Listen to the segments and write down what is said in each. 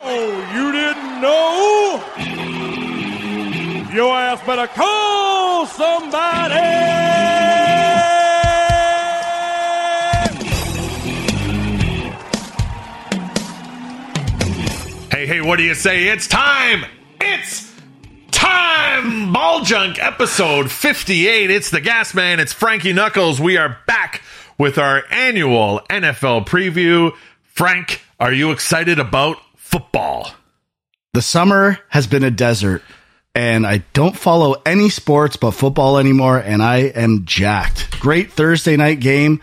Oh, your ass better call somebody. Hey, hey, what do you say? It's time! It's time! Ball Junk episode 58. It's the Gas Man. It's Frankie Knuckles. We are back with our annual NFL preview. Frank, are you excited about football? The summer has been a desert, and I don't follow any sports but football anymore, and I am jacked. Great Thursday night game.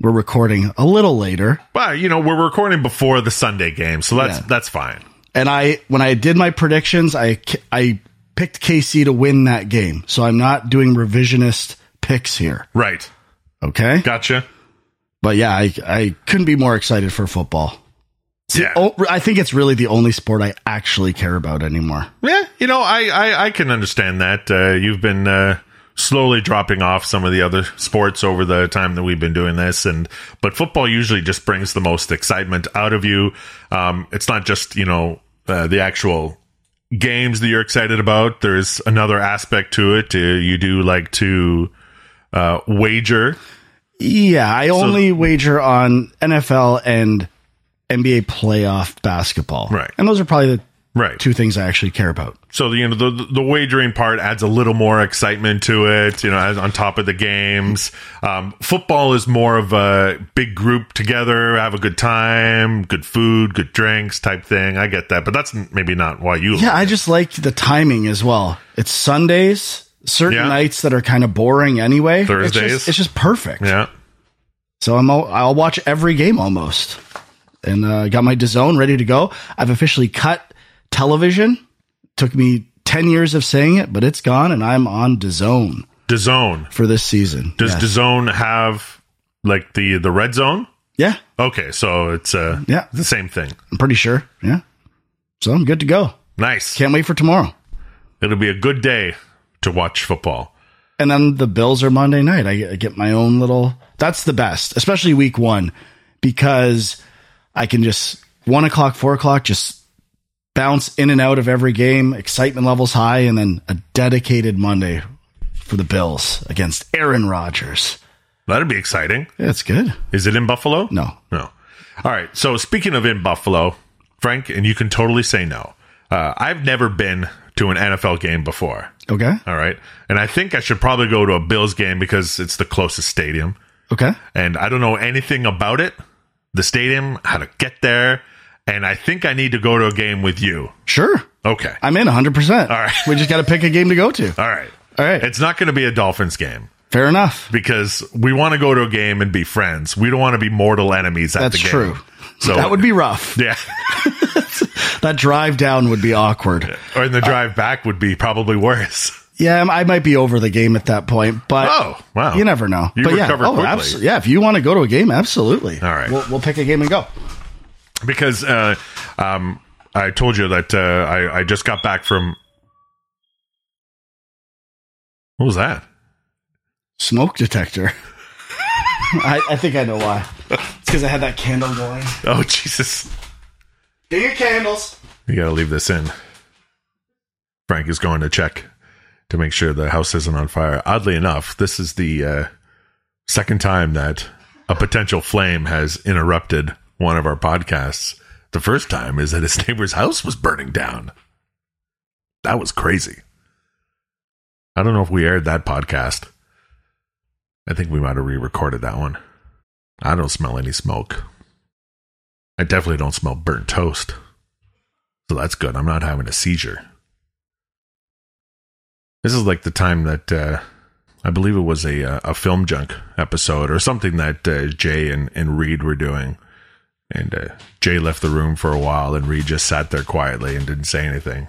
We're recording a little later. Well, you know, we're recording before the Sunday game, so that's Yeah. that's fine. And I when I did my predictions, I I picked KC to win that game. So I'm not doing revisionist picks here. Right. Okay? Gotcha. But yeah, I I couldn't be more excited for football. Yeah. Oh, I think it's really the only sport I actually care about anymore. Yeah, you know, I I, I can understand that. Uh, you've been uh, slowly dropping off some of the other sports over the time that we've been doing this, and but football usually just brings the most excitement out of you. Um, it's not just you know uh, the actual games that you're excited about. There's another aspect to it. Uh, you do like to uh, wager. Yeah, I only wager on NFL and NBA playoff basketball. Right. And those are probably the Right. two things I actually care about. So the, you know the the wagering part adds a little more excitement to it. You know, as on top of the games, um, football is more of a big group together, have a good time, good food, good drinks type thing. I get that, but that's n- maybe not why you. Yeah, I just like the timing as well. It's Sundays, certain Yeah. nights that are kind of boring anyway. It's just- It's Thursdays. just, perfect. yeah. So I'm all, I'll watch every game almost. And uh, got my DAZN ready to go. I've officially cut television. Took me 10 years of saying it, but it's gone and I'm on DAZN DAZN for this season. does yeah. DAZN have like the the red zone? yeah. Okay, so it's uh Yeah. the same thing. I'm pretty sure. Yeah. So I'm good to go. Nice. Can't wait for tomorrow. It'll be a good day to watch football. And then the Bills are Monday night. I, I get my own little. That's the best, especially week one, because I can just one o'clock, four o'clock, just bounce in and out of every game. Excitement levels high, and then a dedicated Monday for the Bills against Aaron Rodgers. That'll be exciting. Yeah, it's good. Is it in Buffalo? No, No. All right. So speaking of in Buffalo, Frank, and you can totally say no. Uh, I've never been to an NFL game before. okay, All right, and I think I should probably go to a Bills game because it's the closest stadium, okay. and I don't know anything about it, the stadium, how to get there, and I think I need to go to a game with you. Sure, Okay. I'm in 100. percent All right. we just got to pick a game to go to. All right. All right, It's not going to be a Dolphins game fair enough. because we want to go to a game and be friends. We don't want to be mortal enemies at That's the game. true. So That would be rough. yeah. That drive down would be awkward. or in the drive back would be probably worse. Yeah, I'm- I might be over the game at that point, but Oh, wow. you never know. You but yeah, oh, recover quickly. abso- yeah. If you want to go to a game, absolutely. All right. we'll, we'll pick a game and go. because uh, um, I told you that uh, I, I just got back from. What was that? Smoke detector. I, I think I know why. It's because I had that candle going. Oh Jesus! Get your candles. You gotta leave this in. Frank is going to check to make sure the house isn't on fire. Oddly enough, this is the uh, second time that a potential flame has interrupted one of our podcasts. The first time is that his neighbor's house was burning down. That was crazy. I don't know if we aired that podcast. I think we might have re recorded that one. I don't smell any smoke. I definitely don't smell burnt toast. So that's good. I'm not having a seizure. This is like the time that uh, I believe it was a uh, a film junk episode or something that uh, Jay and, and Reed were doing. And uh, Jay left the room for a while, and Reed just sat there quietly and didn't say anything.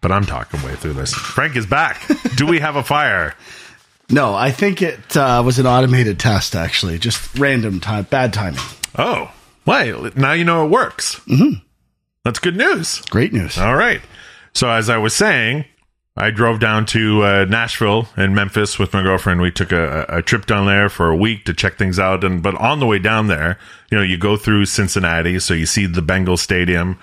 But I'm talking way through this. Frank is back. Do we have a fire? No, I think it uh, was an automated test. Actually, just random time, bad timing. Oh, well, now you know it works. Mm-hmm. That's good news. Great news. All right. So as I was saying, I drove down to uh, Nashville and Memphis with my girlfriend. We took a, a trip down there for a week to check things out. And but on the way down there, you know, you go through Cincinnati, so you see the Bengal Stadium,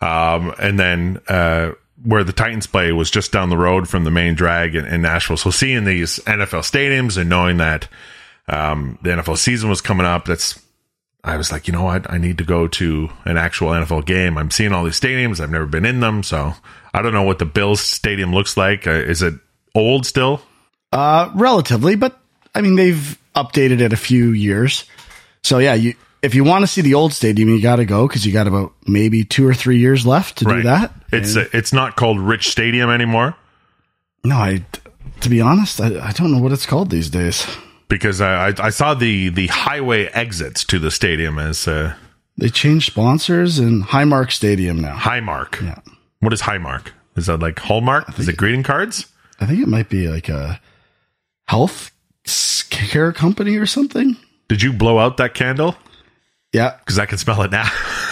um, and then uh, where the Titans play was just down the road from the main drag in, in Nashville. So seeing these NFL stadiums and knowing that um, the NFL season was coming up, that's I was like, you know what? I need to go to an actual NFL game. I'm seeing all these stadiums. I've never been in them, so I don't know what the Bills stadium looks like. Uh, is it old still? Uh, relatively, but I mean they've updated it a few years. So yeah, you if you want to see the old stadium, you got to go because you got about maybe two or three years left to do that. It's And- it's not called Rich Stadium anymore no, I to be honest, I, I don't know what it's called these days. because I I, I saw the the highway exits to the stadium as uh, They changed sponsors and Highmark Stadium now. Highmark. Yeah. What is Highmark? Is that like Hallmark? Is it greeting cards? I think it might be like a health s- care company or something. Did you blow out that candle? Yeah, Because I can smell it now.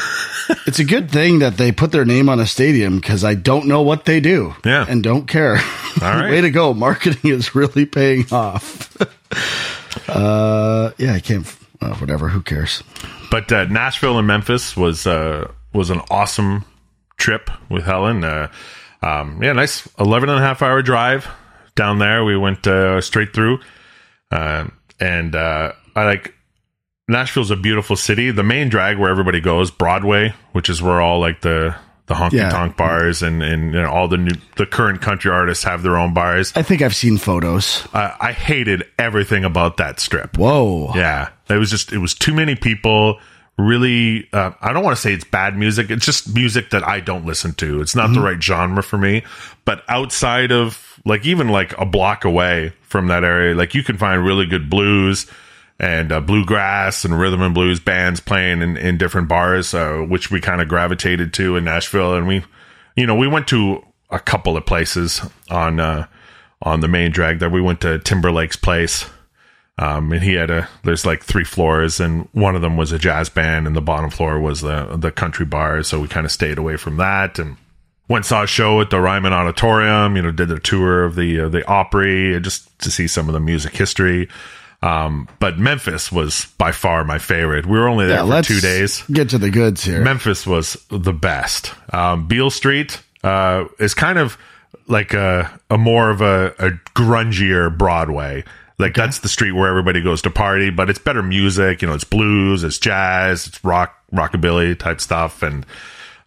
it's a good thing that they put their name on a stadium because I don't know what they do. Yeah. and don't care. All right. way to go! Marketing is really paying off. uh, yeah, I can't. f- Oh, whatever. Who cares? but uh, Nashville and Memphis was uh, was an awesome trip with Helen. Uh, um, yeah, nice 11 and a half hour drive down there. We went uh, straight through. Uh, and uh, I like Nashville's a beautiful city. The main drag where everybody goes, Broadway, which is where all like the the honky tonk bars and and you know, all the new the current country artists have their own bars. I think I've seen photos. I, I hated everything about that strip. Whoa. Yeah, it was just it was too many people. Really, uh, I don't want to say it's bad music. It's just music that I don't listen to. It's not the right genre for me. But outside of like even like a block away from that area, like you can find really good blues and uh, bluegrass and rhythm and blues bands playing in, in different bars, uh, which we kind of gravitated to in Nashville. And we, you know, we went to a couple of places on uh, on the main drag. There, we went to Timberlake's place. Um, and he had a there's like three floors, and one of them was a jazz band, and the bottom floor was the the country bar. So we kind of stayed away from that, and went and saw a show at the Ryman Auditorium. You know, did the tour of the uh, the Opry uh, just to see some of the music history. Um, but Memphis was by far my favorite. We were only there Yeah, for let's two days. get to the goods here. Memphis was the best. Um, Beale Street uh, is kind of like a, a more of a, a grungier Broadway. Like that's the street where everybody goes to party, but it's better music. You know, it's blues, it's jazz, it's rock, rockabilly type stuff, and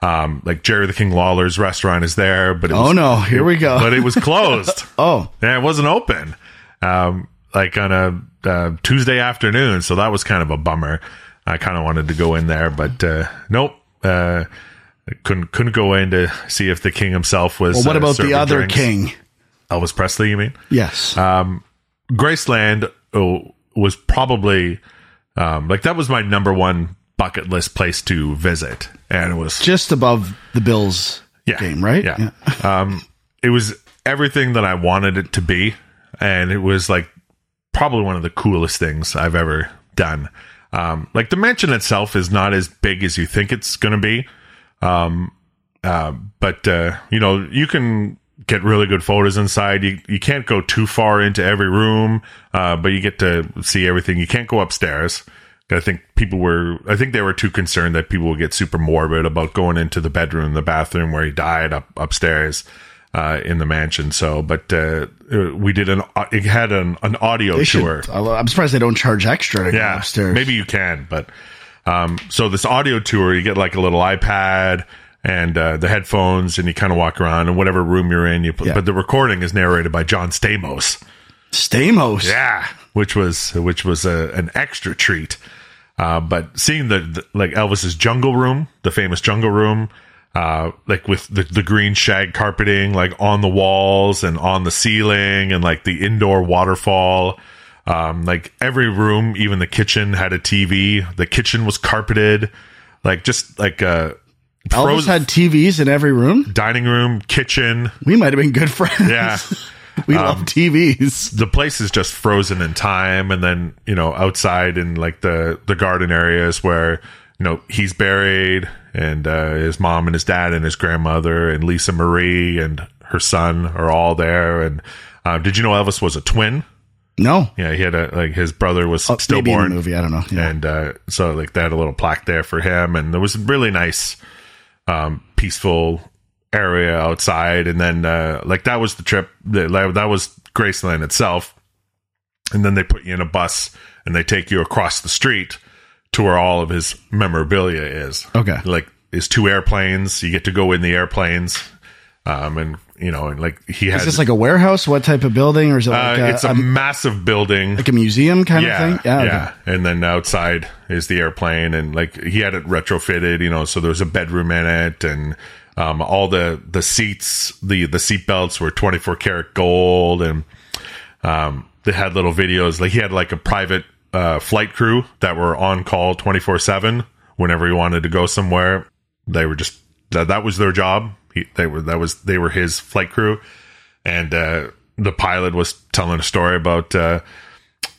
um, like Jerry the King Lawler's restaurant is there, but it oh was, no, here we go. but it was closed. oh, Yeah, it wasn't open. Um, like on a uh, Tuesday afternoon, so that was kind of a bummer. I kind of wanted to go in there, but uh, nope. Uh, couldn't couldn't go in to see if the king himself was. well, what uh, about the serving other drinks. Uh, king? Elvis Presley? You mean? Yes. Graceland oh, was probably um, like that was my number one bucket list place to visit, and it was Just above the Bills yeah. game, right? Yeah. um, it was everything that I wanted it to be, and it was like probably one of the coolest things I've ever done. Um, like the mansion itself is not as big as you think it's going to be, um, uh, but uh, you know you can get really good photos inside. You you can't go too far into every room, uh, but you get to see everything. You can't go upstairs. I think people were. I think they were too concerned that people would get super morbid about going into the bedroom, the bathroom where he died up upstairs uh, in the mansion. So, but uh, uh, we did an. It had an an audio They should- tour. I lo- I'm surprised they don't charge extra to Yeah, go upstairs. Maybe you can, but um, so this audio tour, you get like a little iPad and uh, the headphones, and you kind of walk around, and whatever room you're in, you. Put, Yeah. But the recording is narrated by John Stamos. Stamos. Yeah, which was which was a, an extra treat. Uh, but seeing the, the like Elvis's jungle room, the famous jungle room, uh, like with the, the green shag carpeting, like on the walls and on the ceiling, and like the indoor waterfall. Um, like every room, even the kitchen had a TV. The kitchen was carpeted, like just like a Elvis frozen had TVs in every room. dining room, kitchen. We might have been good friends. Yeah. we Um, love TVs. the place is just frozen in time and then you know outside in like the the garden areas where you know he's buried and uh, his mom and his dad and his grandmother and lisa marie and her son are all there and uh, did you know elvis was a twin No, yeah he had a like his brother was Oh, maybe in stillborn the movie. I don't know. Yeah. and uh, so like they had a little plaque there for him and there was a really nice um, peaceful area outside, and then uh, like that was the trip. That, that was Graceland itself, and then they put you in a bus and they take you across the street to where all of his memorabilia is. Okay. like his two airplanes. You get to go in the airplanes, um, and you know, and like he has. Is this like a warehouse? What type of building? Or is it uh, like, a, it's a, a- massive building. like a museum kind yeah, of thing? okay. yeah. And then outside is the airplane, and like he had it retrofitted, you know, so there was a bedroom in it, and um, all the the seats, the the seat belts were twenty four karat gold, and um, they had little videos. Like he had like a private uh, flight crew that were on call twenty four seven whenever he wanted to go somewhere. They were just that, that was their job. He, they were that was they were his flight crew, and uh, the pilot was telling a story about. Uh,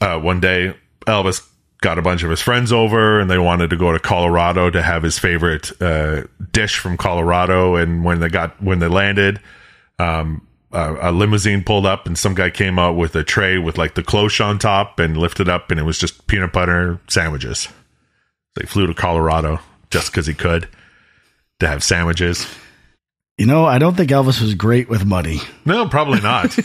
uh, one day Elvis got a bunch of his friends over and they wanted to go to Colorado to have his favorite uh, dish from Colorado. And when they got when they landed, um, a, a limousine pulled up and some guy came out with a tray with like the cloche on top and lifted up and it was just peanut butter sandwiches. They flew to Colorado just because he could to have sandwiches. You know, I don't think Elvis was great with money. No, probably not.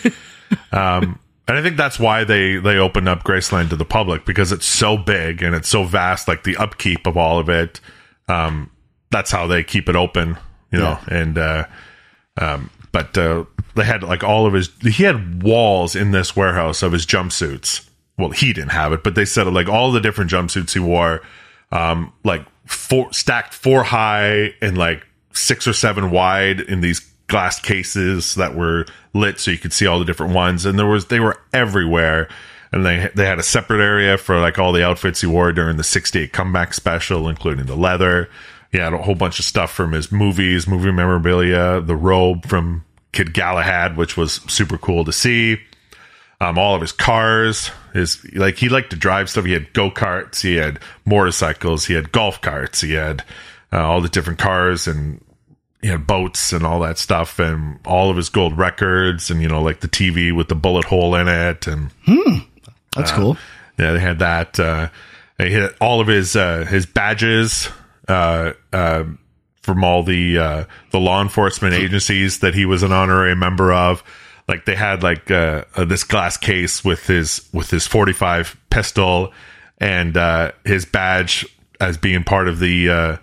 um, and I think that's why they they opened up Graceland to the public because it's so big and it's so vast. Like the upkeep of all of it, um, that's how they keep it open, you know. And uh, um, but uh, they had like all of his. He had walls in this warehouse of his jumpsuits. Well, he didn't have it, but they said like all the different jumpsuits he wore, um, like four stacked four high and like six or seven wide in these glass cases that were lit so you could see all the different ones. And there was they were everywhere. And they they had a separate area for like all the outfits he wore during the '68 comeback special, including the leather. He had a whole bunch of stuff from his movies, movie memorabilia, the robe from Kid Galahad, which was super cool to see. Um, all of his cars, his like he liked to drive stuff. He had go karts, he had motorcycles, he had golf carts, he had uh, all the different cars and you know boats and all that stuff and all of his gold records and you know like the TV with the bullet hole in it and That's Uh, cool. yeah they had that uh they had all of his uh his badges uh uh from all the uh the law enforcement agencies that he was an honorary member of like they had like uh, uh this glass case with his with his 45 pistol and uh his badge as being part of the uh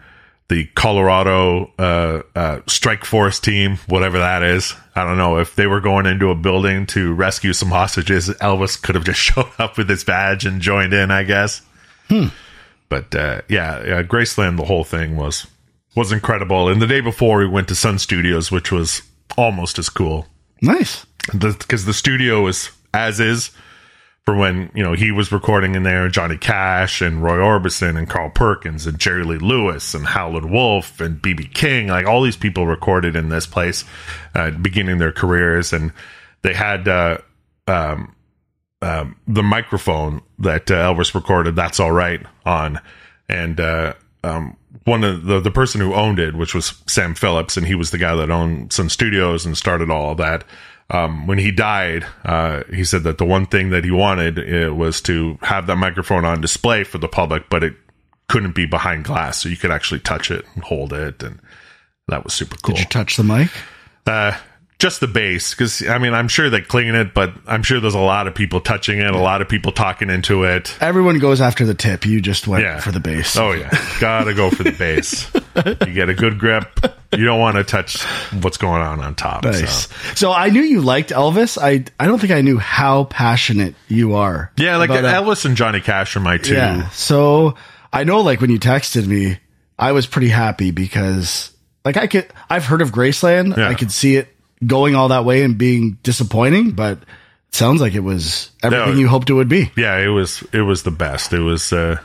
the Colorado uh, uh, Strike Force team, whatever that is. I don't know if they were going into a building to rescue some hostages. Elvis could have just showed up with his badge and joined in, I guess. But uh, yeah, uh, Graceland, the whole thing was was incredible. And the day before, we went to Sun Studios, which was almost as cool Nice. because the studio is as is for when you know he was recording in there johnny cash and roy orbison and carl perkins and jerry lee lewis and howlin' wolf and bb king like all these people recorded in this place uh, beginning their careers and they had uh, um, um, the microphone that uh, elvis recorded that's all right on and uh, um, one of the the person who owned it, which was Sam Phillips, and he was the guy that owned Sun Studios and started all that. Um, when he died, uh, he said that the one thing that he wanted uh, was to have that microphone on display for the public, but it couldn't be behind glass, so you could actually touch it and hold it, and that was super cool Did you touch the mic? uh, just the bass because I mean I'm sure they clean it, but I'm sure there's a lot of people touching it, a lot of people talking into it. Everyone goes after the tip. You just went Yeah. for the bass. Oh yeah, gotta go for the bass. you get a good grip. You don't want to touch what's going on on top. nice. so. So. I knew you liked Elvis. I I don't think I knew how passionate you are. Yeah, like about Elvis. Elvis and Johnny Cash are my two. Yeah. So I know, like when you texted me, I was pretty happy because, like, I could I've heard of Graceland. Yeah. I could see it going all that way and being disappointing, but it sounds like it was everything you hoped it would be. yeah it was it was the best it was uh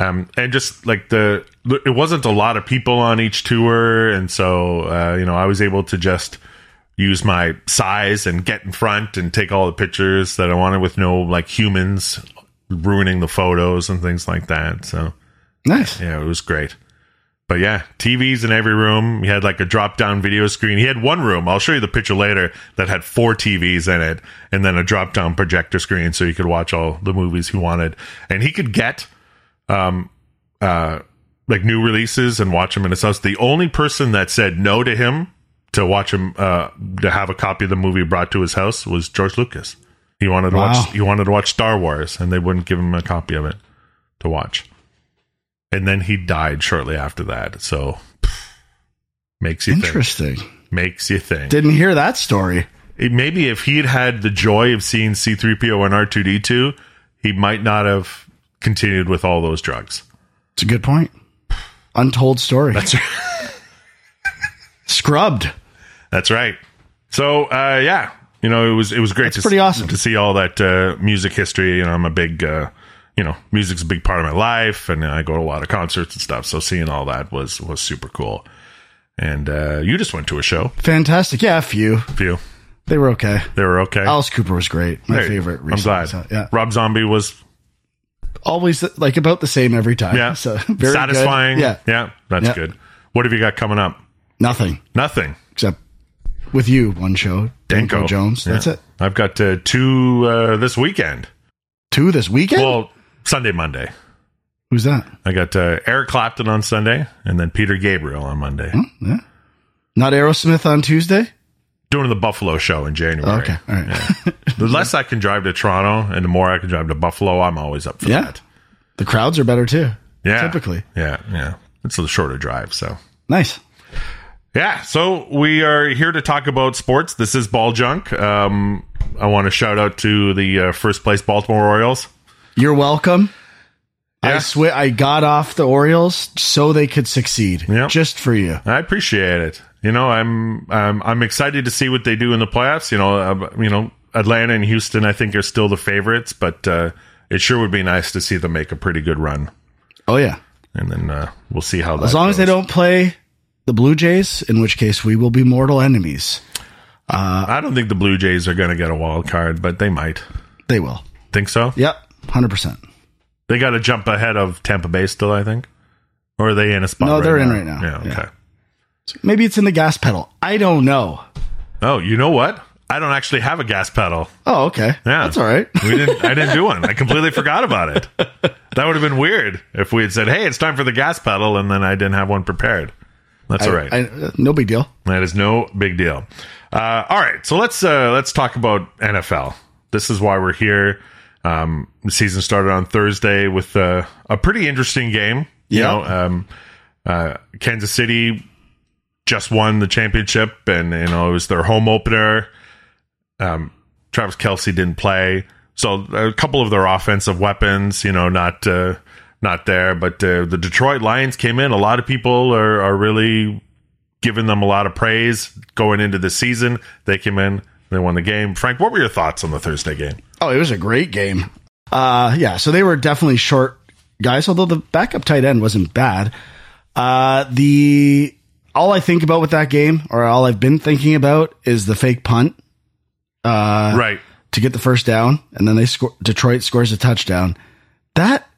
um and just like the it wasn't a lot of people on each tour and so uh you know i was able to just use my size and get in front and take all the pictures that i wanted with no like humans ruining the photos and things like that so Nice. yeah, it was great. But yeah, TVs in every room. He had like a drop down video screen. He had one room, I'll show you the picture later, that had four TVs in it and then a drop down projector screen so you could watch all the movies he wanted. And he could get um uh like new releases and watch them in his house. The only person that said no to him to watch him uh, to have a copy of the movie brought to his house was George Lucas. He wanted to Wow. watch he wanted to watch Star Wars, and they wouldn't give him a copy of it to watch. And then he died shortly after that. So makes you think. Interesting. Makes you think. Didn't hear that story. It- maybe if he'd had the joy of seeing C3PO and R2D2, he might not have continued with all those drugs. It's a good point. Untold story. That's right. Scrubbed. That's right. So uh, yeah, you know it was it was great. That's to pretty s- awesome. to see all that uh, music history. You know, I'm a big uh, you know music's a big part of my life, and I go to a lot of concerts and stuff. So seeing all that was was super cool. And uh, you just went to a show. Fantastic. Yeah, a few. A few They were okay. they were okay. Alice Cooper was great. My Hey, favorite. I'm recently. glad. So, yeah. Rob Zombie was Always like about the same every time. yeah So very good. satisfying. Yeah. yeah, that's Yeah. good. What have you got coming up? Nothing Nothing. except with you, one show. Danko Jones. Yeah. That's it. I've got uh, two uh, this weekend. Two this weekend? Well, Sunday, Monday. Who's that? I got uh, Eric Clapton on Sunday and then Peter Gabriel on Monday. Yeah. Not Aerosmith on Tuesday? Doing the Buffalo show in January. Okay. All right. The less I can drive to Toronto and the more I can drive to Buffalo, I'm always up for Yeah. that. The crowds are better too. Yeah. Typically. Yeah. Yeah. It's a shorter drive. So, Nice. yeah. So, we are here to talk about sports. This is Ball Junk. Um, I want to shout out to the uh, first place Baltimore Orioles. You're welcome. Yeah. I swear I got off the Orioles so they could succeed. Yep. Just for you. I appreciate it. You know, I'm I'm I'm excited to see what they do in the playoffs. You know, uh, you know, Atlanta and Houston, I think, are still the favorites, but uh, it sure would be nice to see them make a pretty good run. Oh yeah. And then uh, we'll see how that As long as they goes. don't play the Blue Jays, in which case we will be mortal enemies. I don't think the Blue Jays are going to get a wild card, but they might. They will. Think so? Yep. Hundred percent. They got to jump ahead of Tampa Bay still, I think. Or are they in a spot? No, right they're in now? right now. Yeah. Yeah. Okay. Maybe it's in the gas pedal. I don't know. Oh, you know what? I don't actually have a gas pedal. Oh, okay. Yeah. That's all right. We didn't. I didn't do one. I completely forgot about it. That would have been weird if we had said, "Hey, it's time for the gas pedal," and then I didn't have one prepared. That's all right. I, uh, no big deal. that is no big deal. Uh, all right, so let's uh, let's talk about NFL. This is why we're here. Um, the season started on Thursday with uh, a pretty interesting game. You Yeah. know, um, uh, Kansas City just won the championship, and you know it was their home opener. Um, Travis Kelsey didn't play, so a couple of their offensive weapons, you know, not uh, not there. But uh, the Detroit Lions came in. A lot of people are are really giving them a lot of praise going into the season. They came in, they won the game. Frank, what were your thoughts on the Thursday game? Oh, it was a great game. Uh, yeah, so they were definitely short guys, although the backup tight end wasn't bad. Uh, the all I think about with that game, or all I've been thinking about, is the fake punt Uh, right, to get the first down, and then they score. Detroit scores a touchdown. That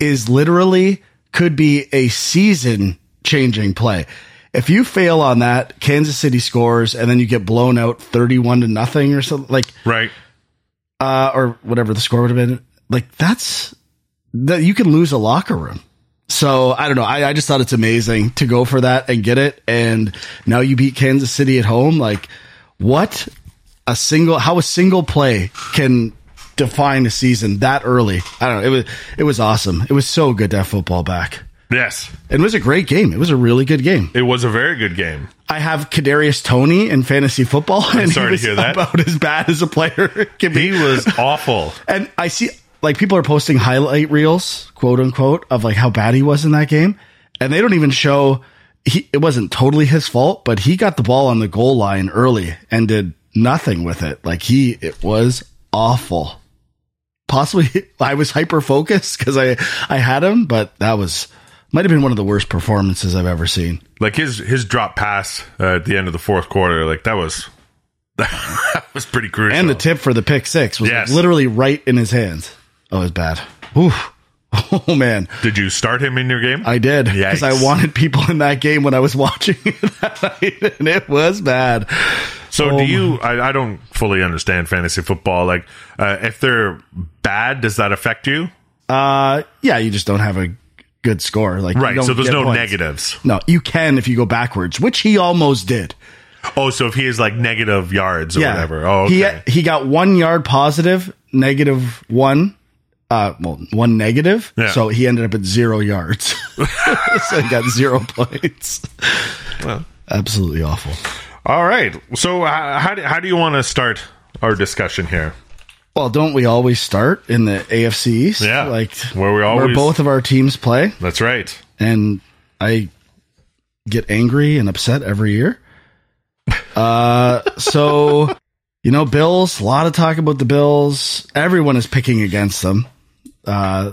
is literally could be a season changing play. If you fail on that, Kansas City scores, and then you get blown out thirty-one to nothing or something like right. uh, or whatever the score would have been. Like that's that you can lose a locker room. So I don't know. I, I just thought it's amazing to go for that and get it. And now you beat Kansas City at home. Like what a single how a single play can define a season that early. I don't know. It was it was awesome. It was so good to have football back. Yes, It was a great game. It was a really good game. it was a very good game. I have Kadarius Tony in fantasy football, and sorry to hear that. about as bad as a player can He be. was awful. And I see like people are posting highlight reels, quote unquote, of like how bad he was in that game, and they don't even show he it wasn't totally his fault, but he got the ball on the goal line early and did nothing with it. Like he it was awful. Possibly I was hyper focused cuz I I had him, but that was might have been one of the worst performances I've ever seen. like his his drop pass uh, at the end of the fourth quarter like that was that was pretty crucial And the tip for the pick 6 was Yes. literally right in his hands. Oh, it was bad. Oof. Oh man. did you start him in your game I did because I Yikes. wanted people in that game when I was watching it that night, and it was bad. so do you I, I don't fully understand fantasy football like uh, if they're bad does that affect you Uh, yeah, you just don't have a good score, like you right don't so there's get no points. negatives No, you can if you go backwards, which he almost did. Oh, so if he is like negative yards or yeah. whatever. Oh, okay. He he got one yard positive, negative one. Uh, well, one negative. Yeah. So he ended up at zero yards. so he got zero points. Absolutely awful. All right. So uh, how do, how do you want to start our discussion here? Well, don't we always start in the AFC East? Yeah. Like Where we always- where both of our teams play, That's right. and I get angry and upset every year. Uh, so you know, Bills. A lot of talk about the Bills. Everyone is picking against them. Uh,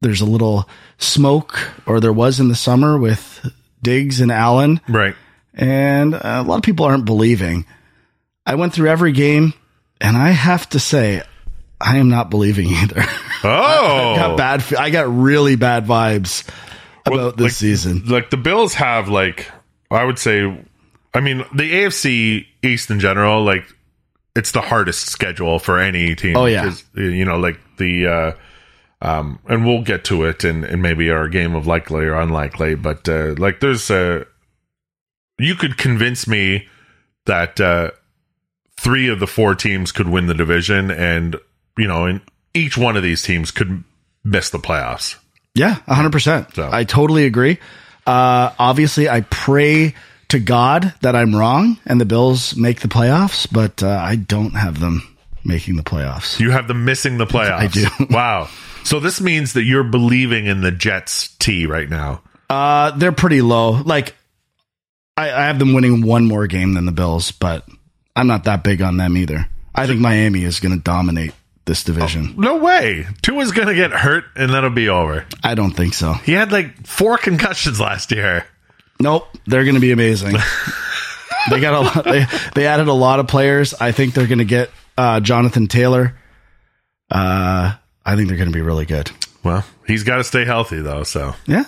there's a little smoke, or there was in the summer with Diggs and Allen Right. and a lot of people aren't believing. I went through every game, and I have to say, I am not believing either. Oh, got bad. I got really bad vibes about Well, this like- season. like the Bills have like I would say I mean the AFC East in general like it's the hardest schedule for any team. Oh, yeah. 'Cause, you know like the uh um and we'll get to it in, in maybe our game of likely or unlikely, but uh like there's uh you could convince me that uh three of the four teams could win the division and you know and each one of these teams could miss the playoffs. Yeah, 100%. So- I totally agree. Uh, obviously, I pray to God that I'm wrong and the Bills make the playoffs, but uh, I don't have them making the playoffs. You have them missing the playoffs. I do. wow. So this means that you're believing in the Jets T right now. Uh, they're pretty low. Like, I, I have them winning one more game than the Bills, but I'm not that big on them either. I think Miami is going to dominate this division. No way. Two is going to get hurt and that'll be over. I don't think so. He had like four concussions last year. Nope, they're going to be amazing. they got a lot, they they added a lot of players. I think they're going to get uh, Jonathan Taylor. Uh, I think they're going to be really good. Well, he's got to stay healthy though. So Yeah,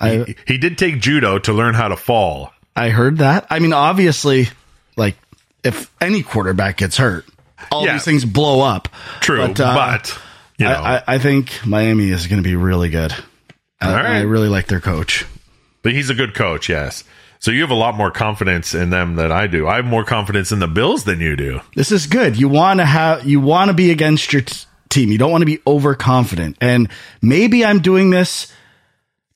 I he did take judo to learn how to fall. I heard that. I mean, obviously, like if any quarterback gets hurt, all Yeah. these things blow up. True, but, uh, you know, I, I, I think Miami is going to be really good. I, All right. I really like their coach. but he's a good coach. Yes. So you have a lot more confidence in them than I do. I have more confidence in the Bills than you do. This is good. You want to have you want to be against your t- team. You don't want to be overconfident. And maybe I'm doing this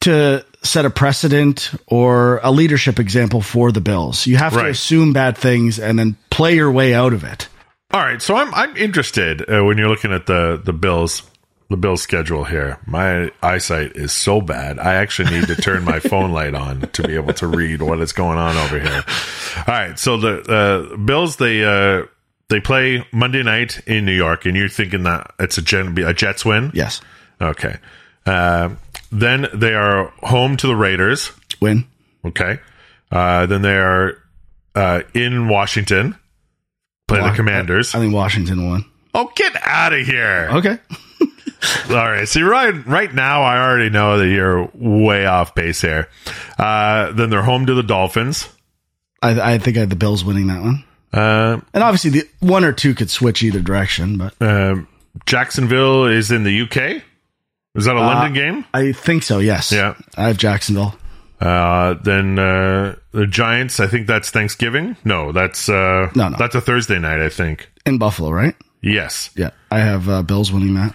to set a precedent or a leadership example for the Bills. You have Right. to assume bad things and then play your way out of it. All right, so I'm I'm interested uh, when you're looking at the the Bills the Bills schedule here. My eyesight is so bad. I actually need to turn my phone light on to be able to read what is going on over here. All right, so the uh, Bills they uh, they play Monday night in New York, and you're thinking that it's a, Gen- a Jets win. Yes. Okay. Uh, then they are home to the Raiders. Win. Okay. Uh, then they are uh, in Washington. Play the Wa- Commanders. I think Washington won. Oh, get out of here. Okay. All right. See, right, right now, I already know that you're way off base here. Uh, then they're home to the Dolphins. I, I think I had the Bills winning that one. Uh, And obviously, the one or two could switch either direction, but um, Jacksonville is in the UK. Is Uh, that a London game? I think so. Yes. Yeah. I have Jacksonville. Uh, then uh, the Giants. I think that's Thanksgiving. No, that's uh, No, no. that's a Thursday night. I think. in Buffalo, right? Yes. Yeah, I have uh, Bills winning that.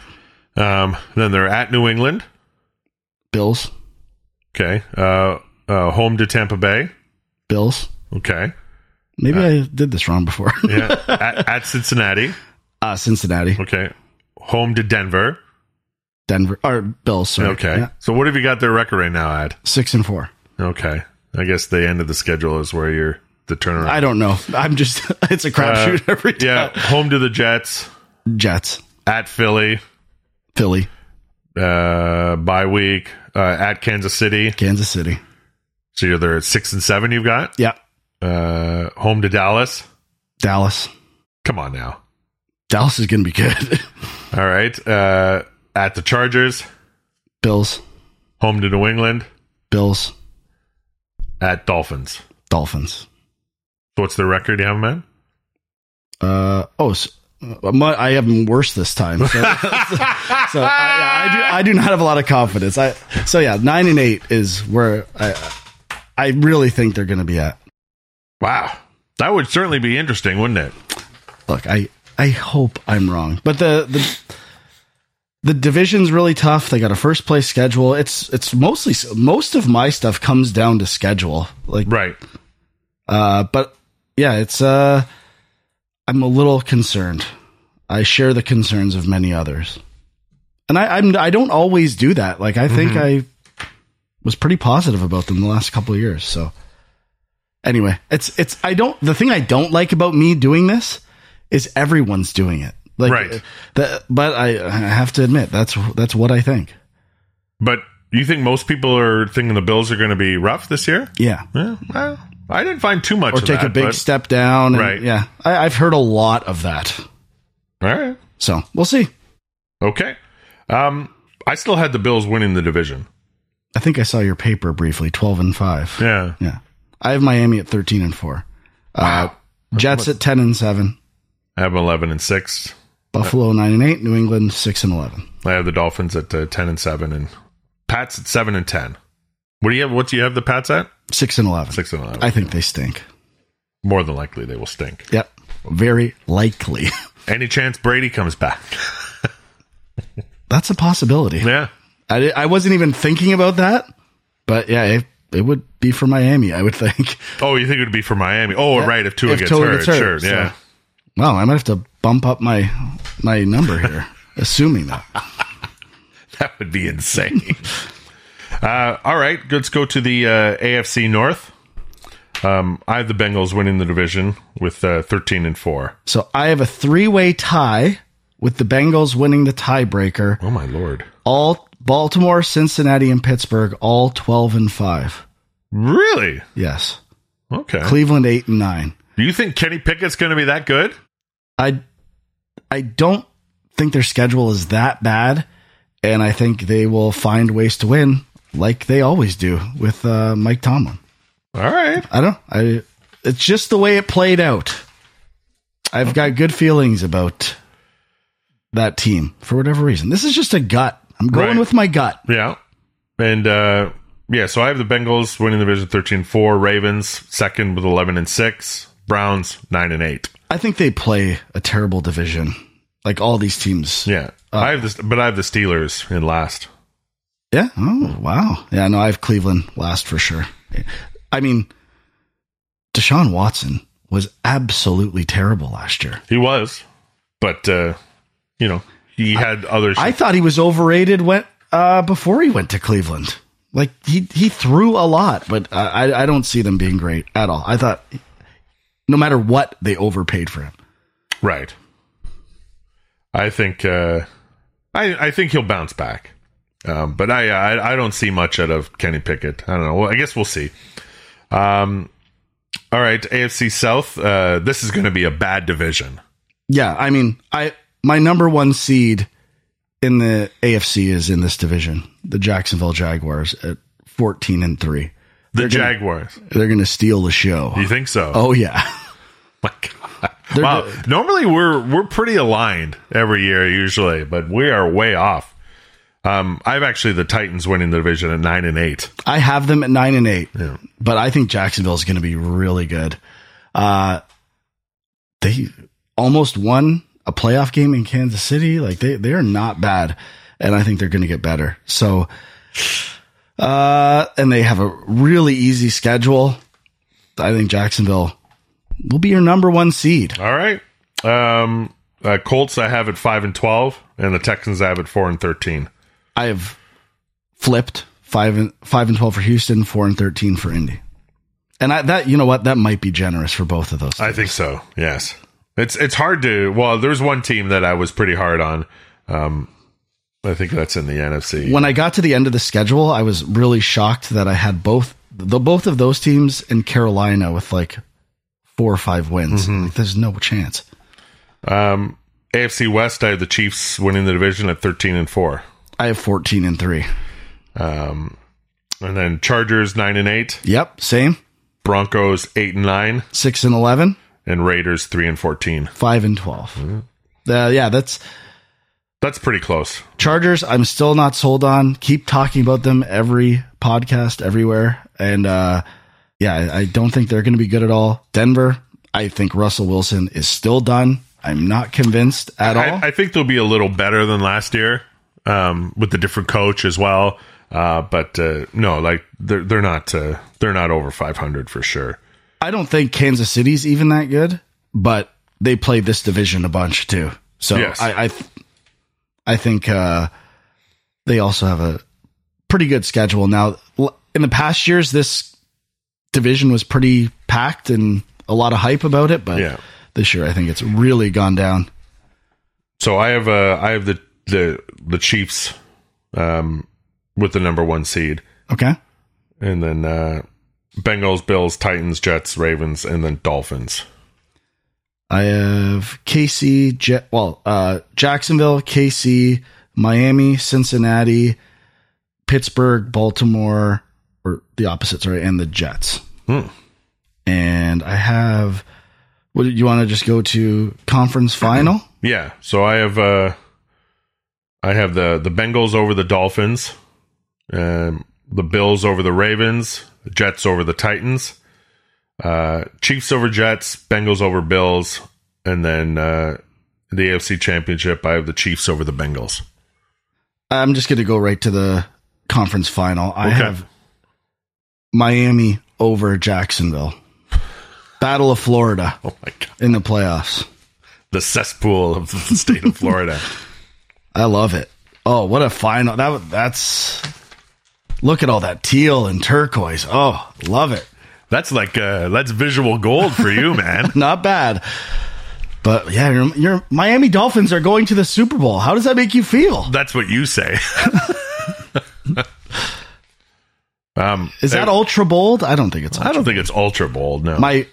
Um, then they're at New England. Bills, Okay. Uh, uh, home to Tampa Bay. Bills. Okay. Maybe I did this wrong before. Yeah. at, at Cincinnati. uh, Cincinnati, Okay. Home to Denver. Denver, or Bills. Sorry. Okay. Yeah. So what have you got their record right now at? six and four. Okay. I guess the end of the schedule is where you're the turnaround. I don't know. I'm just. It's a crapshoot every time. Uh, yeah. Home to the Jets. Jets, At Philly. Philly, Uh bye week. Uh at Kansas City. Kansas City. So you're there at six and seven you've got. Yeah, Uh home to Dallas. Dallas. Come on now. Dallas is gonna be good. All right. Uh at the Chargers. Bills, Home to New England. Bills, At Dolphins. Dolphins. So what's their record you have them at? Uh oh. So, uh, my, I have them worse this time. So, so I, I do. I do not have a lot of confidence. I so yeah, nine and eight is where I. I really think they're gonna be at. Wow. That would certainly be interesting, wouldn't it? Look, I I hope I'm wrong, but the the the division's really tough. They got a first place schedule. It's it's mostly most of my stuff comes down to schedule. Like Right. Uh, but yeah, it's uh, I'm a little concerned. I share the concerns of many others, and I I'm, I don't always do that. Like I Mm-hmm. think I was pretty positive about them the last couple of years. So anyway, it's it's I don't the thing I don't like about me doing this is everyone's doing it. Like Right. the- but I I have to admit that's that's what I think. But you think most people are thinking the Bills are going to be rough this year? Yeah. Yeah, well, I didn't find too much. Or of take a that, big but- step down. and- Right. Yeah. I, I've heard a lot of that. All right. So we'll see. Okay. Um, I still had the Bills winning the division. I think I saw your paper briefly. Twelve and five. Yeah. Yeah. I have Miami at thirteen and four. Uh, Wow. Jets at ten and seven. I have 11 and 6. Buffalo nine and eight. New England six and eleven. I have the Dolphins at uh, 10 and 7 and Pats at 7 and 10. What do you have what do you have the Pats at? Six and eleven. 6 and 11. I think they stink. More than likely they will stink. Yep. Very likely. Any chance Brady comes back? That's a possibility. Yeah. I, di- I wasn't even thinking about that, but yeah, it, it would be for Miami, I would think. Oh, you think it would be for Miami? Oh, right. If Tua If gets Tua hurt, gets hurt, sure. so- Yeah. Wow, I might have to bump up my my number here, assuming that. That would be insane. uh, all right, let's go to the uh, AFC North. Um, I have the Bengals winning the division with uh, thirteen and four. So I have a three way tie with the Bengals winning the tiebreaker. Oh my lord! all Baltimore, Cincinnati, and Pittsburgh, all twelve and five. Really? Yes, Okay. Cleveland eight and nine. Do you think Kenny Pickett's going to be that good? I, I don't think their schedule is that bad, and I think they will find ways to win like they always do with uh, Mike Tomlin. All right. I don't. I. It's just the way it played out. I've got good feelings about that team for whatever reason. This is just a gut. I'm going Right. with my gut. Yeah. And uh, yeah, so I have the Bengals winning the division 13-4, Ravens second with 11 and 6, Browns 9 and 8. I think they play a terrible division, like all these teams. Yeah. I have this but I have the Steelers in last. Yeah. Oh, wow. Yeah, no, I have Cleveland last for sure. I mean, Deshaun Watson was absolutely terrible last year. He was, but uh, you know, he had other. I thought he was overrated when uh, before he went to Cleveland. Like he he threw a lot, but I I- I don't see them being great at all. I thought no matter what they overpaid for him. right. I think uh, I I think he'll bounce back, um, but I, I I don't see much out of Kenny Pickett. I don't know. Well, I guess we'll see. Um, all right, AFC South. Uh, this is going to be a bad division. Yeah, I mean, I my number one seed in the AFC is in this division, the Jacksonville Jaguars at 14 and 3. The Jaguars. They're going to steal the show. you think so? Oh yeah. my god! Wow. Normally we're we're pretty aligned every year usually, but we are way off. Um, I've actually the Titans winning the division at nine and eight. I have them at nine and eight, but I think Jacksonville is going to be really good. Uh, they almost won a playoff game in Kansas City. Like they, they are not bad, and I think they're going to get better. So, uh, and they have a really easy schedule. I think Jacksonville will be your number one seed. All right. Um, uh, Colts I have at five and twelve, and the Texans I have at four and thirteen. I have flipped five and five and twelve for Houston, four and thirteen for Indy. And I, that you know what that might be generous for both of those. I think so. Yes. It's it's hard to. Well, there's one team that I was pretty hard on. Um, I think that's in the NFC. when I got to the end of the schedule, I was really shocked that I had both the both of those teams in Carolina with like four or five wins. Like, there's no chance. Um, AFC West I have the Chiefs winning the division at thirteen and four. I have 14 and 3. Um, and then Chargers nine and eight, Yep, same. Broncos eight and nine, 6 and 11, and Raiders three and fourteen. 5 and 12. Uh, yeah, that's That's pretty close. Chargers. I'm still not sold on. Keep talking about them every podcast, everywhere. And uh, yeah, I, I don't think they're going to be good at all. Denver, I think Russell Wilson is still done. I'm not convinced at all. I, I think they'll be a little better than last year um, with the different coach as well. Uh, but uh, no, like they're they're not uh, they're not over 500 for sure. I don't think Kansas City's even that good, but they play this division a bunch too. So Yes. I I, th- I think uh, they also have a pretty good schedule now. l- In the past years, this division was pretty packed and a lot of hype about it, but Yeah. this year I think it's really gone down. So I have uh, I have the the the Chiefs um, with the number one seed, Okay, and then uh, Bengals, Bills, Titans, Jets, Ravens, and then Dolphins. I have KC, Ja- well, uh, Jacksonville, KC, Miami, Cincinnati, Pittsburgh, Baltimore, or the opposite, sorry, and the Jets. Hmm. And I have. What you want to just go to conference final? Yeah. So I have uh I have the the Bengals over the Dolphins, um the Bills over the Ravens, the Jets over the Titans, uh Chiefs over Jets, Bengals over Bills, and then uh the AFC Championship, I have the Chiefs over the Bengals. I'm just going to go right to the conference final. I Okay. have Miami over Jacksonville. Battle of Florida Oh my god. in the playoffs. The cesspool of the state of Florida. I love it. Oh, what a final! That wa- that's look at all that teal and turquoise. Oh, love it. That's like uh that's visual gold for you, man. Not bad. But yeah, your, your Miami Dolphins are going to the Super Bowl. How does that make you feel? That's what you say. um Is that I- ultra bold? I don't think it's I ultra. don't think it's ultra bold, no. My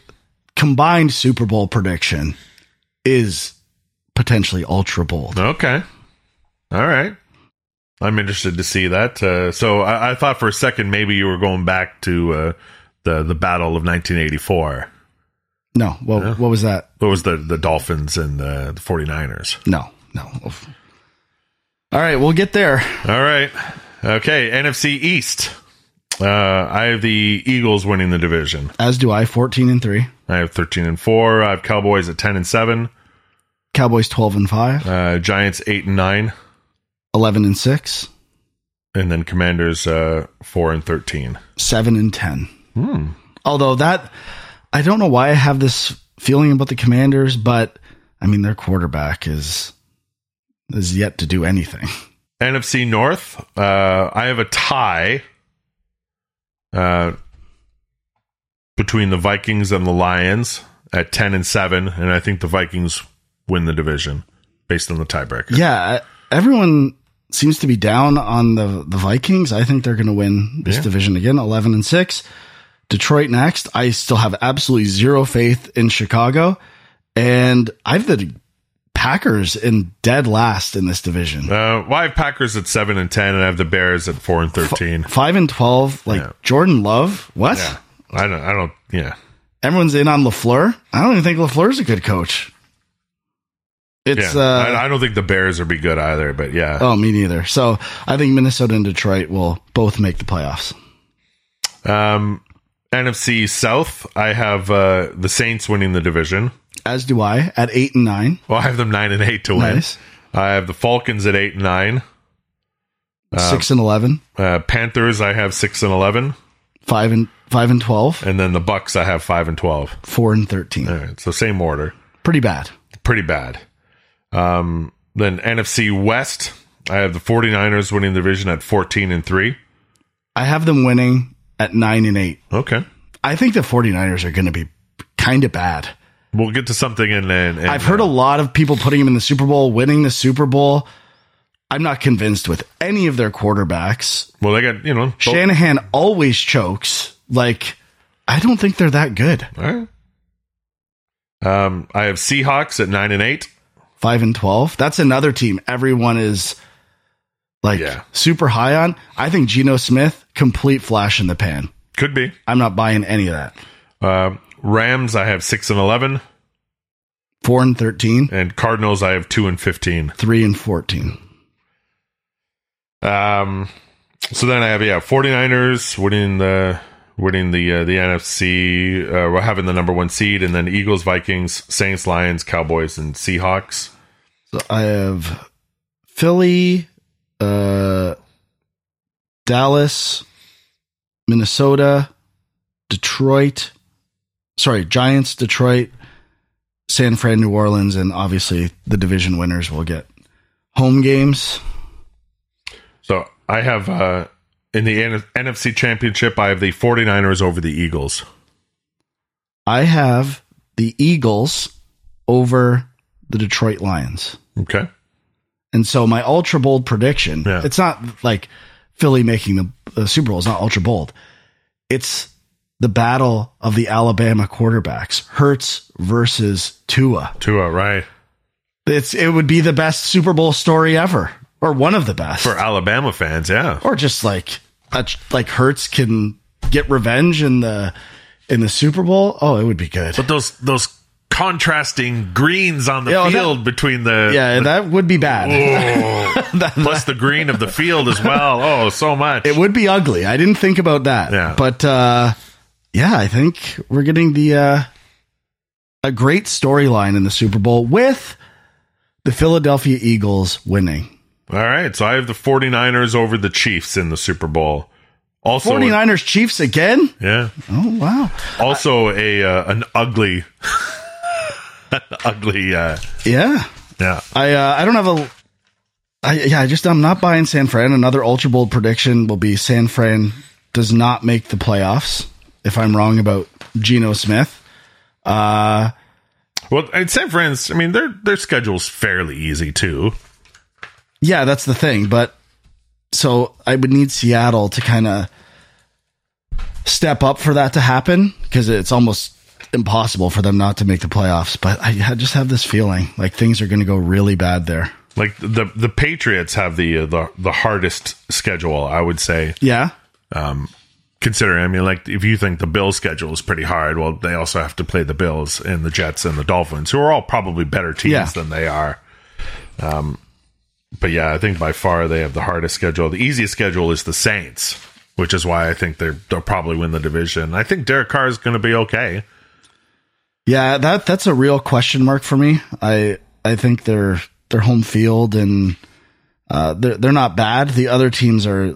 combined Super Bowl prediction is potentially ultra bold. Okay. All right. I'm interested to see that. Uh, so I, I thought for a second maybe you were going back to uh, the the Battle of 1984. No, what what was that? It was the the Dolphins and the, the 49ers. No, no. Oof. All right, we'll get there. All right. Okay. NFC East. Uh, I have the Eagles winning the division. As do I. Fourteen and three. I have 13 and four. I have Cowboys at 10 and seven. Cowboys twelve and five. Uh, Giants eight and nine, Eleven and six. and then Commanders uh, four and 13. seven and ten. Hmm. Although that, I don't know why I have this feeling about the Commanders, but I mean their quarterback is is yet to do anything. NFC North. Uh, I have a tie uh, between the Vikings and the Lions at ten and seven, and I think the Vikings win the division based on the tiebreaker. Yeah, I- everyone seems to be down on the the Vikings. I think they're going to win this Yeah. division again, eleven and six. Detroit next. I still have absolutely zero faith in Chicago, and I have the Packers in dead last in this division. Uh, well, I have Packers at seven and ten, and I have the Bears at four and thirteen. Five and twelve, like Yeah. Jordan Love. What? Yeah, I don't. I don't. Yeah, everyone's in on Lafleur. I don't even think Lafleur's a good coach. It's yeah. uh I, I don't think the Bears would be good either. But yeah, oh me neither. So I think Minnesota and Detroit will both make the playoffs. um, NFC South. I have uh, the Saints winning the division. As do I at eight and nine. Well, I have them nine and eight to win. Nice. I have the Falcons at eight and nine. Um, Six and eleven. Uh, Panthers, I have six and eleven, Five and five and twelve. and then the Bucks, I have five and twelve. Four and thirteen. All right, so same order, Pretty bad. pretty bad. Um, then NFC West, I have the 49ers winning the division at fourteen and three. I have them winning at nine and eight. Okay, I think the 49ers are gonna be kinda bad. we'll get to something in. in, in I've heard a lot of people putting him in the Super Bowl, winning the Super Bowl. I'm not convinced with any of their quarterbacks. well, they got you know. both- Shanahan always chokes. Like, I don't think they're that good. All right. Um, I have Seahawks at nine and eight. Five and twelve. That's another team everyone is like Yeah. super high on. I think Geno Smith, complete flash in the pan. Could be I'm not buying any of that. uh, Rams. I have six and eleven, Four and thirteen, and Cardinals. I have two and fifteen. three and fourteen. Um, so then I have yeah, 49ers winning the winning the uh, the NFC, uh, we're having the number one seed, and then Eagles, Vikings, Saints, Lions, Cowboys, and Seahawks. So I have Philly, uh, Dallas, Minnesota, Detroit. Sorry, Giants, Detroit, San Fran, New Orleans, and obviously the division winners will get home games. So I have uh, in the N- NFC Championship, I have the 49ers over the Eagles. I have the Eagles over the Detroit Lions. Okay. And so my ultra bold prediction, Yeah. it's not like Philly making the uh, Super Bowl is not ultra bold. It's the battle of the Alabama quarterbacks, Hertz versus Tua. Tua, right. It's it would be the best Super Bowl story ever or one of the best. For Alabama fans, yeah. or just like a, like Hertz can get revenge in the in the Super Bowl. Oh, it would be good. But those those contrasting greens on the Yeah, well, that- field between the yeah, that would be bad. plus the green of the field as well. Oh, so much. It would be ugly. I didn't think about that. Yeah. But uh yeah, I think we're getting the uh a great storyline in the Super Bowl with the Philadelphia Eagles winning. All right. So I have the 49ers over the Chiefs in the Super Bowl. Also 49ers Chiefs again? Yeah. Oh wow. Also a uh, an ugly ugly uh Yeah. yeah. I uh, I don't have a. I yeah, I just I'm not buying San Fran. Another ultra bold prediction will be San Fran does not make the playoffs. If I'm wrong about Geno Smith, uh, Well, and San Fran's I mean their their schedule's fairly easy too. yeah, that's the thing. But so I would need Seattle to kind of step up for that to happen because it's almost impossible for them not to make the playoffs. But I, I just have this feeling like things are going to go really bad there. Like the the Patriots have the uh, the the hardest schedule, I would say. Yeah, Considering, I mean, like if you think the Bills schedule is pretty hard, well, they also have to play the Bills and the Jets and the Dolphins, who are all probably better teams Yeah. than they are. Um, but yeah, I think by far they have the hardest schedule. The easiest schedule is the Saints, which is why I think they're they'll probably win the division. I think Derek Carr is going to be okay. Yeah, that that's a real question mark for me. I I think their their home field and uh, they're they're not bad. The other teams are,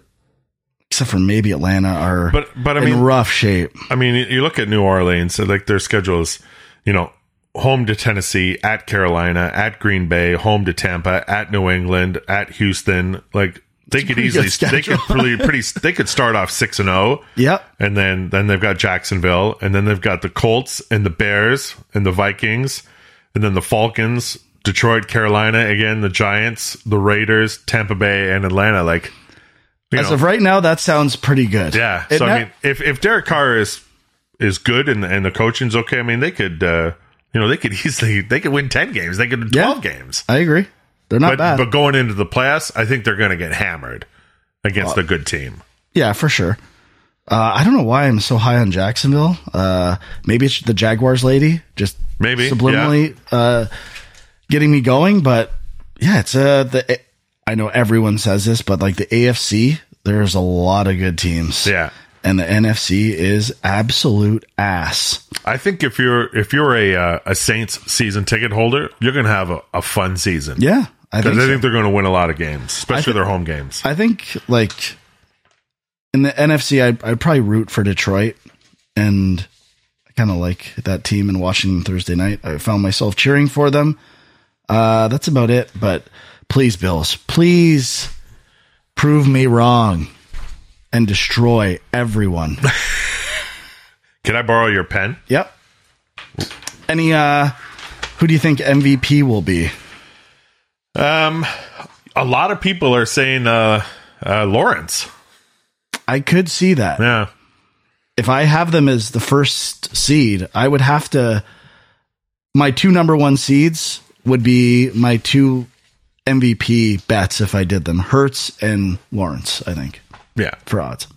except for maybe Atlanta, are But but I in mean, rough shape. I mean, you look at New Orleans, so like their schedule is, you know, home to Tennessee, at Carolina, at Green Bay, home to Tampa, at New England, at Houston. Like they could pretty easily, good they could pretty, pretty, they could start off six and zero, Yep. and then then they've got Jacksonville, and then they've got the Colts and the Bears and the Vikings, and then the Falcons, Detroit, Carolina again, the Giants, the Raiders, Tampa Bay, and Atlanta. Like you As know. of right now, that sounds pretty good. Yeah. It so na- I mean, if if Derek Carr is is good and and the coaching's okay, I mean they could uh, you know they could easily they could win ten games, they could win Yeah. twelve games. I agree. They're not But bad. but going into the playoffs, I think they're going to get hammered Uh, against a good team. yeah, for sure. Uh, I don't know why I'm so high on Jacksonville. Uh, maybe it's the Jaguars lady just Maybe, subliminally uh, getting me going. But yeah, it's uh, the I know everyone says this, but like the AFC, there's a lot of good teams. Yeah. and the NFC is absolute ass. I think if you're if you're a uh, a Saints season ticket holder, you're going to have a, a fun season. Yeah, I 'Cause think. I so. think they're going to win a lot of games, especially thi- their home games. I think like in the NFC, I I probably root for Detroit, and I kind of like that team. And watching them Thursday night, I found myself cheering for them. Uh, that's about it. But please, Bills, please prove me wrong and destroy everyone. Can I borrow your pen? yep. Any uh, who do you think MVP will be? Um, a lot of people are saying uh, uh, Lawrence. I could see that. Yeah. if I have them as the first seed, I would have to. My two number one seeds would be my two MVP bets if I did them: Hertz and Lawrence. I think Yeah. for odds.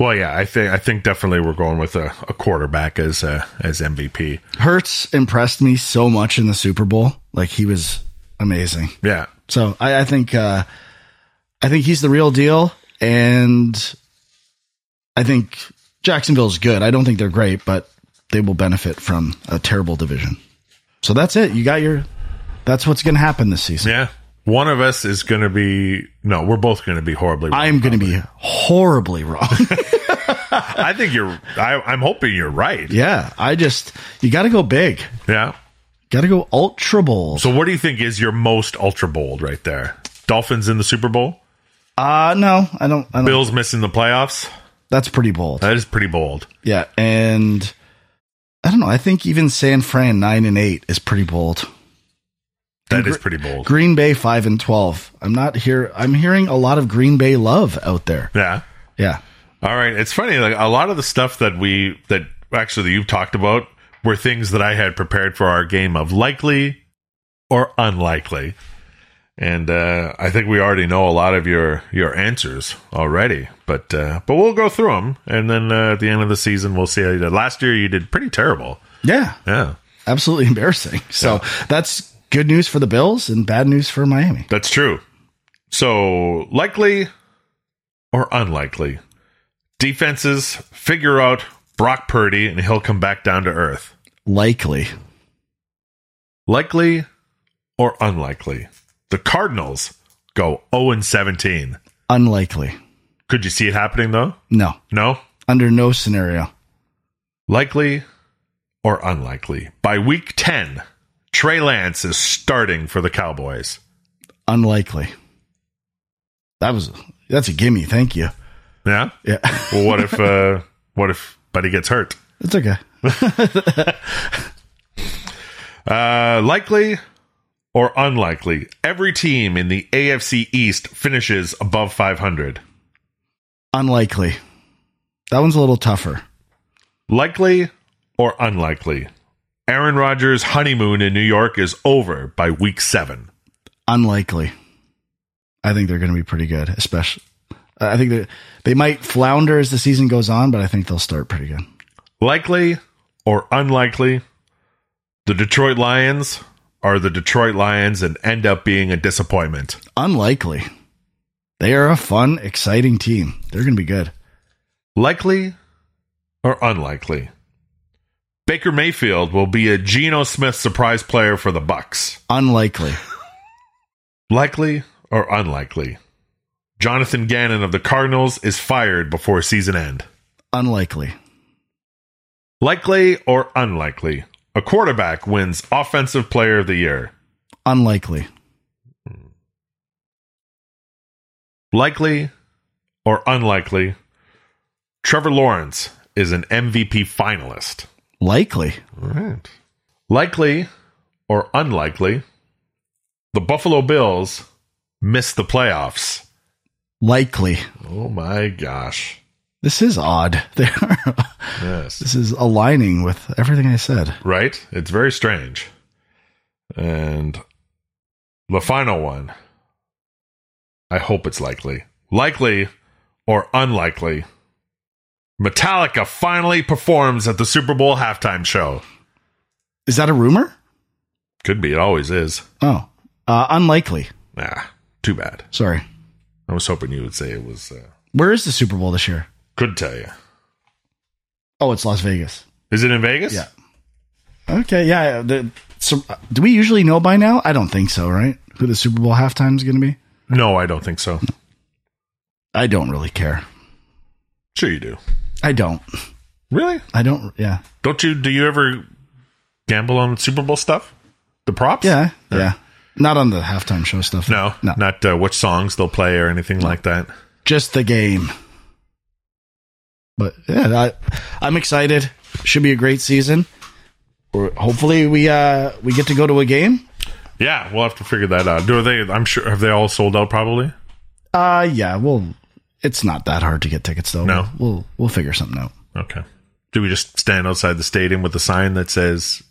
Well, yeah, I think I think definitely we're going with a, a quarterback as uh, as MVP. Hertz impressed me so much in the Super Bowl; like he was amazing. Yeah, So I, I think uh, I think he's the real deal, and I think Jacksonville's good. I don't think they're great, but they will benefit from a terrible division. So that's it. You got your. That's what's going to happen this season. Yeah. One of us is going to be no. We're both going to be horribly. Wrong. I'm going to be horribly wrong. I think you're. I, I'm hoping you're right. yeah, I just you got to go big. Yeah. Got to go ultra bowl. So what do you think is your most ultra bold right there? Dolphins in the Super Bowl. Uh no, I don't. I don't Bills missing the playoffs. that's pretty bold. That is pretty bold. Yeah, and I don't know. I think even San Fran nine and eight is pretty bold. That is pretty bold. Green Bay five and twelve. I'm not here. I'm hearing a lot of Green Bay love out there. Yeah. Yeah, All right. It's funny. Like a lot of the stuff that we that actually that you've talked about were things that I had prepared for our game of likely or unlikely, and uh, I think we already know a lot of your your answers already. But uh, but we'll go through them, and then uh, at the end of the season, we'll see how you did. Last year, you did pretty terrible. yeah, Yeah, absolutely embarrassing. So that's good news for the Bills and bad news for Miami. that's true. So likely or unlikely, defenses figure out Brock Purdy, and he'll come back down to earth. Likely. Likely or unlikely? The Cardinals go 0 and 17. Unlikely. Could you see it happening though? No. No? Under no scenario. Likely or unlikely? By week 10, Trey Lance is starting for the Cowboys. Unlikely. That was that's a gimme, thank you. Yeah? Yeah. Well, what if uh what if Buddy gets hurt? It's okay. Uh likely or unlikely? Every team in the AFC East finishes above 500. Unlikely. That one's a little tougher. Likely or unlikely? Aaron Rodgers' honeymoon in New York is over by week seven. unlikely. I think they're going to be pretty good, especially. I think that they might flounder as the season goes on, but I think they'll start pretty good. Likely or unlikely? The Detroit Lions are the Detroit Lions and end up being a disappointment. Unlikely. They are a fun, exciting team. They're going to be good. Likely or unlikely? Baker Mayfield will be a Geno Smith surprise player for the Bucks. Unlikely. Likely or unlikely? Jonathan Gannon of the Cardinals is fired before season end. Unlikely. Likely or unlikely? A quarterback wins Offensive Player of the Year. Unlikely. Likely or unlikely? Trevor Lawrence is an MVP finalist. Likely. All right. Likely or unlikely? The Buffalo Bills miss the playoffs. Likely. Oh my gosh. This is odd. They are, Yes. this is aligning with everything I said. Right? It's very strange. And the final one. I hope it's likely. Likely or unlikely. Metallica finally performs at the Super Bowl halftime show. Is that a rumor? Could be, it always is. Oh, uh, unlikely. Nah, too bad. Sorry. I was hoping you would say it was. Uh, Where is the Super Bowl this year? could tell you. Oh, it's Las Vegas. Is it in Vegas? Yeah. Okay, yeah. The, so, do we usually know by now? I don't think so, right? Who the Super Bowl halftime is going to be? No, I don't think so. I don't really care. Sure, you do. I don't. Really? I don't. Yeah. Don't you? Do you ever gamble on Super Bowl stuff? The props? Yeah. Yeah. Not on the halftime show stuff. No, No. not uh, which songs they'll play or anything like that. Just the game. But yeah, I, I'm excited. Should be a great season. We're- Hopefully, we uh we get to go to a game. Yeah, we'll have to figure that out. Do they? I'm sure. Have they all sold out? Probably. Uh yeah. We'll. It's not that hard to get tickets though. No. We'll we'll figure something out. Okay. Do we just stand outside the stadium with a sign that says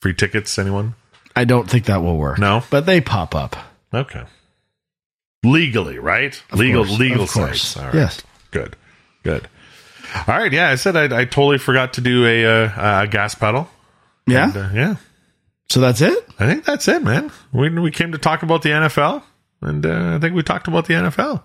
"free tickets"? Anyone? I don't think that will work. No? But they pop up. Okay. Legally, right? legal, course, legal of course. sites. All right. Yes. Good. Good. All right. Yeah, I said I, I totally forgot to do a uh, a gas pedal. Yeah. And, uh, yeah. So that's it? I think that's it, man. We we came to talk about the NFL, and uh, I think we talked about the NFL.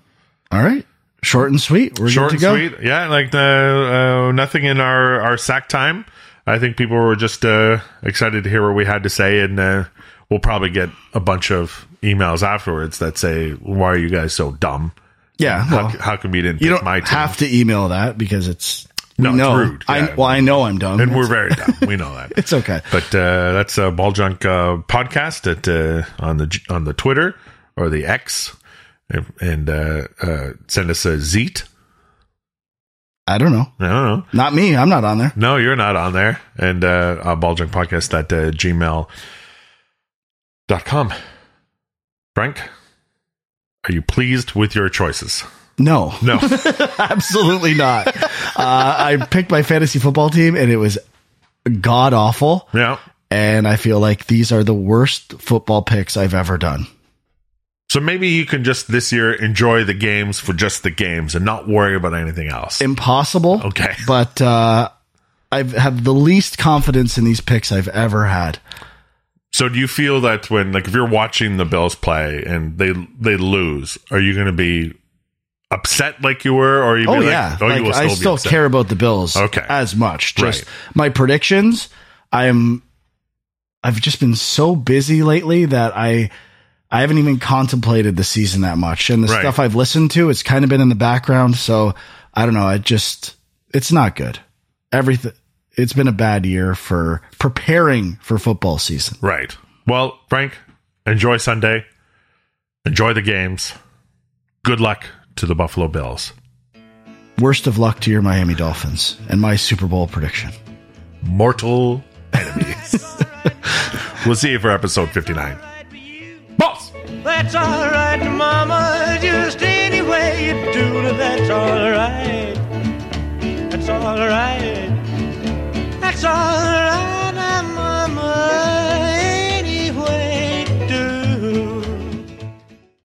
All right. Short and sweet. We're Short and good to go. sweet. Yeah, like the uh, nothing in our our sack time. I think people were just uh, excited to hear what we had to say, and uh, we'll probably get a bunch of emails afterwards that say, "Why are you guys so dumb? Yeah. How, well, how come you didn't you pick don't my team?" have to email that because it's No, it's we know. rude. Yeah. I, well, I know I'm dumb. and we're It's- very dumb. We know that. it's okay. But uh, that's a ball junk uh, podcast at uh, on the on the Twitter or the X, and uh, uh, send us a zeet. I don't know. I don't know. Not me. I'm not on there. No, you're not on there. And uh, uh, ball junk podcast at uh, gmail dot com. Frank, are you pleased with your choices? No. No, Absolutely not. uh, I picked my fantasy football team and it was god awful. yeah. And I feel like these are the worst football picks I've ever done. So maybe you can just this year enjoy the games for just the games and not worry about anything else. Impossible. Okay. But uh, I've had the least confidence in these picks I've ever had. So do you feel that when like if you're watching the Bills play and they they lose, are you going to be upset like you were, or you? Oh be like, yeah, oh, like, you will still I be still upset? care about the Bills. Okay. as much. Just Right. my predictions. I'm. I've just been so busy lately that I, I haven't even contemplated the season that much, and the Right. stuff I've listened to, it's kind of been in the background. So I don't know. I just, it's not good. Everything. It's been a bad year for preparing for football season. Right. Well, Frank, enjoy Sunday. Enjoy the games. Good luck to the Buffalo Bills. Worst of luck to your Miami Dolphins and my Super Bowl prediction. Mortal enemies. we'll see you for episode 59. Boss! That's all right, Mama. Just any way you do it, that's all right. That's all right. That's all right.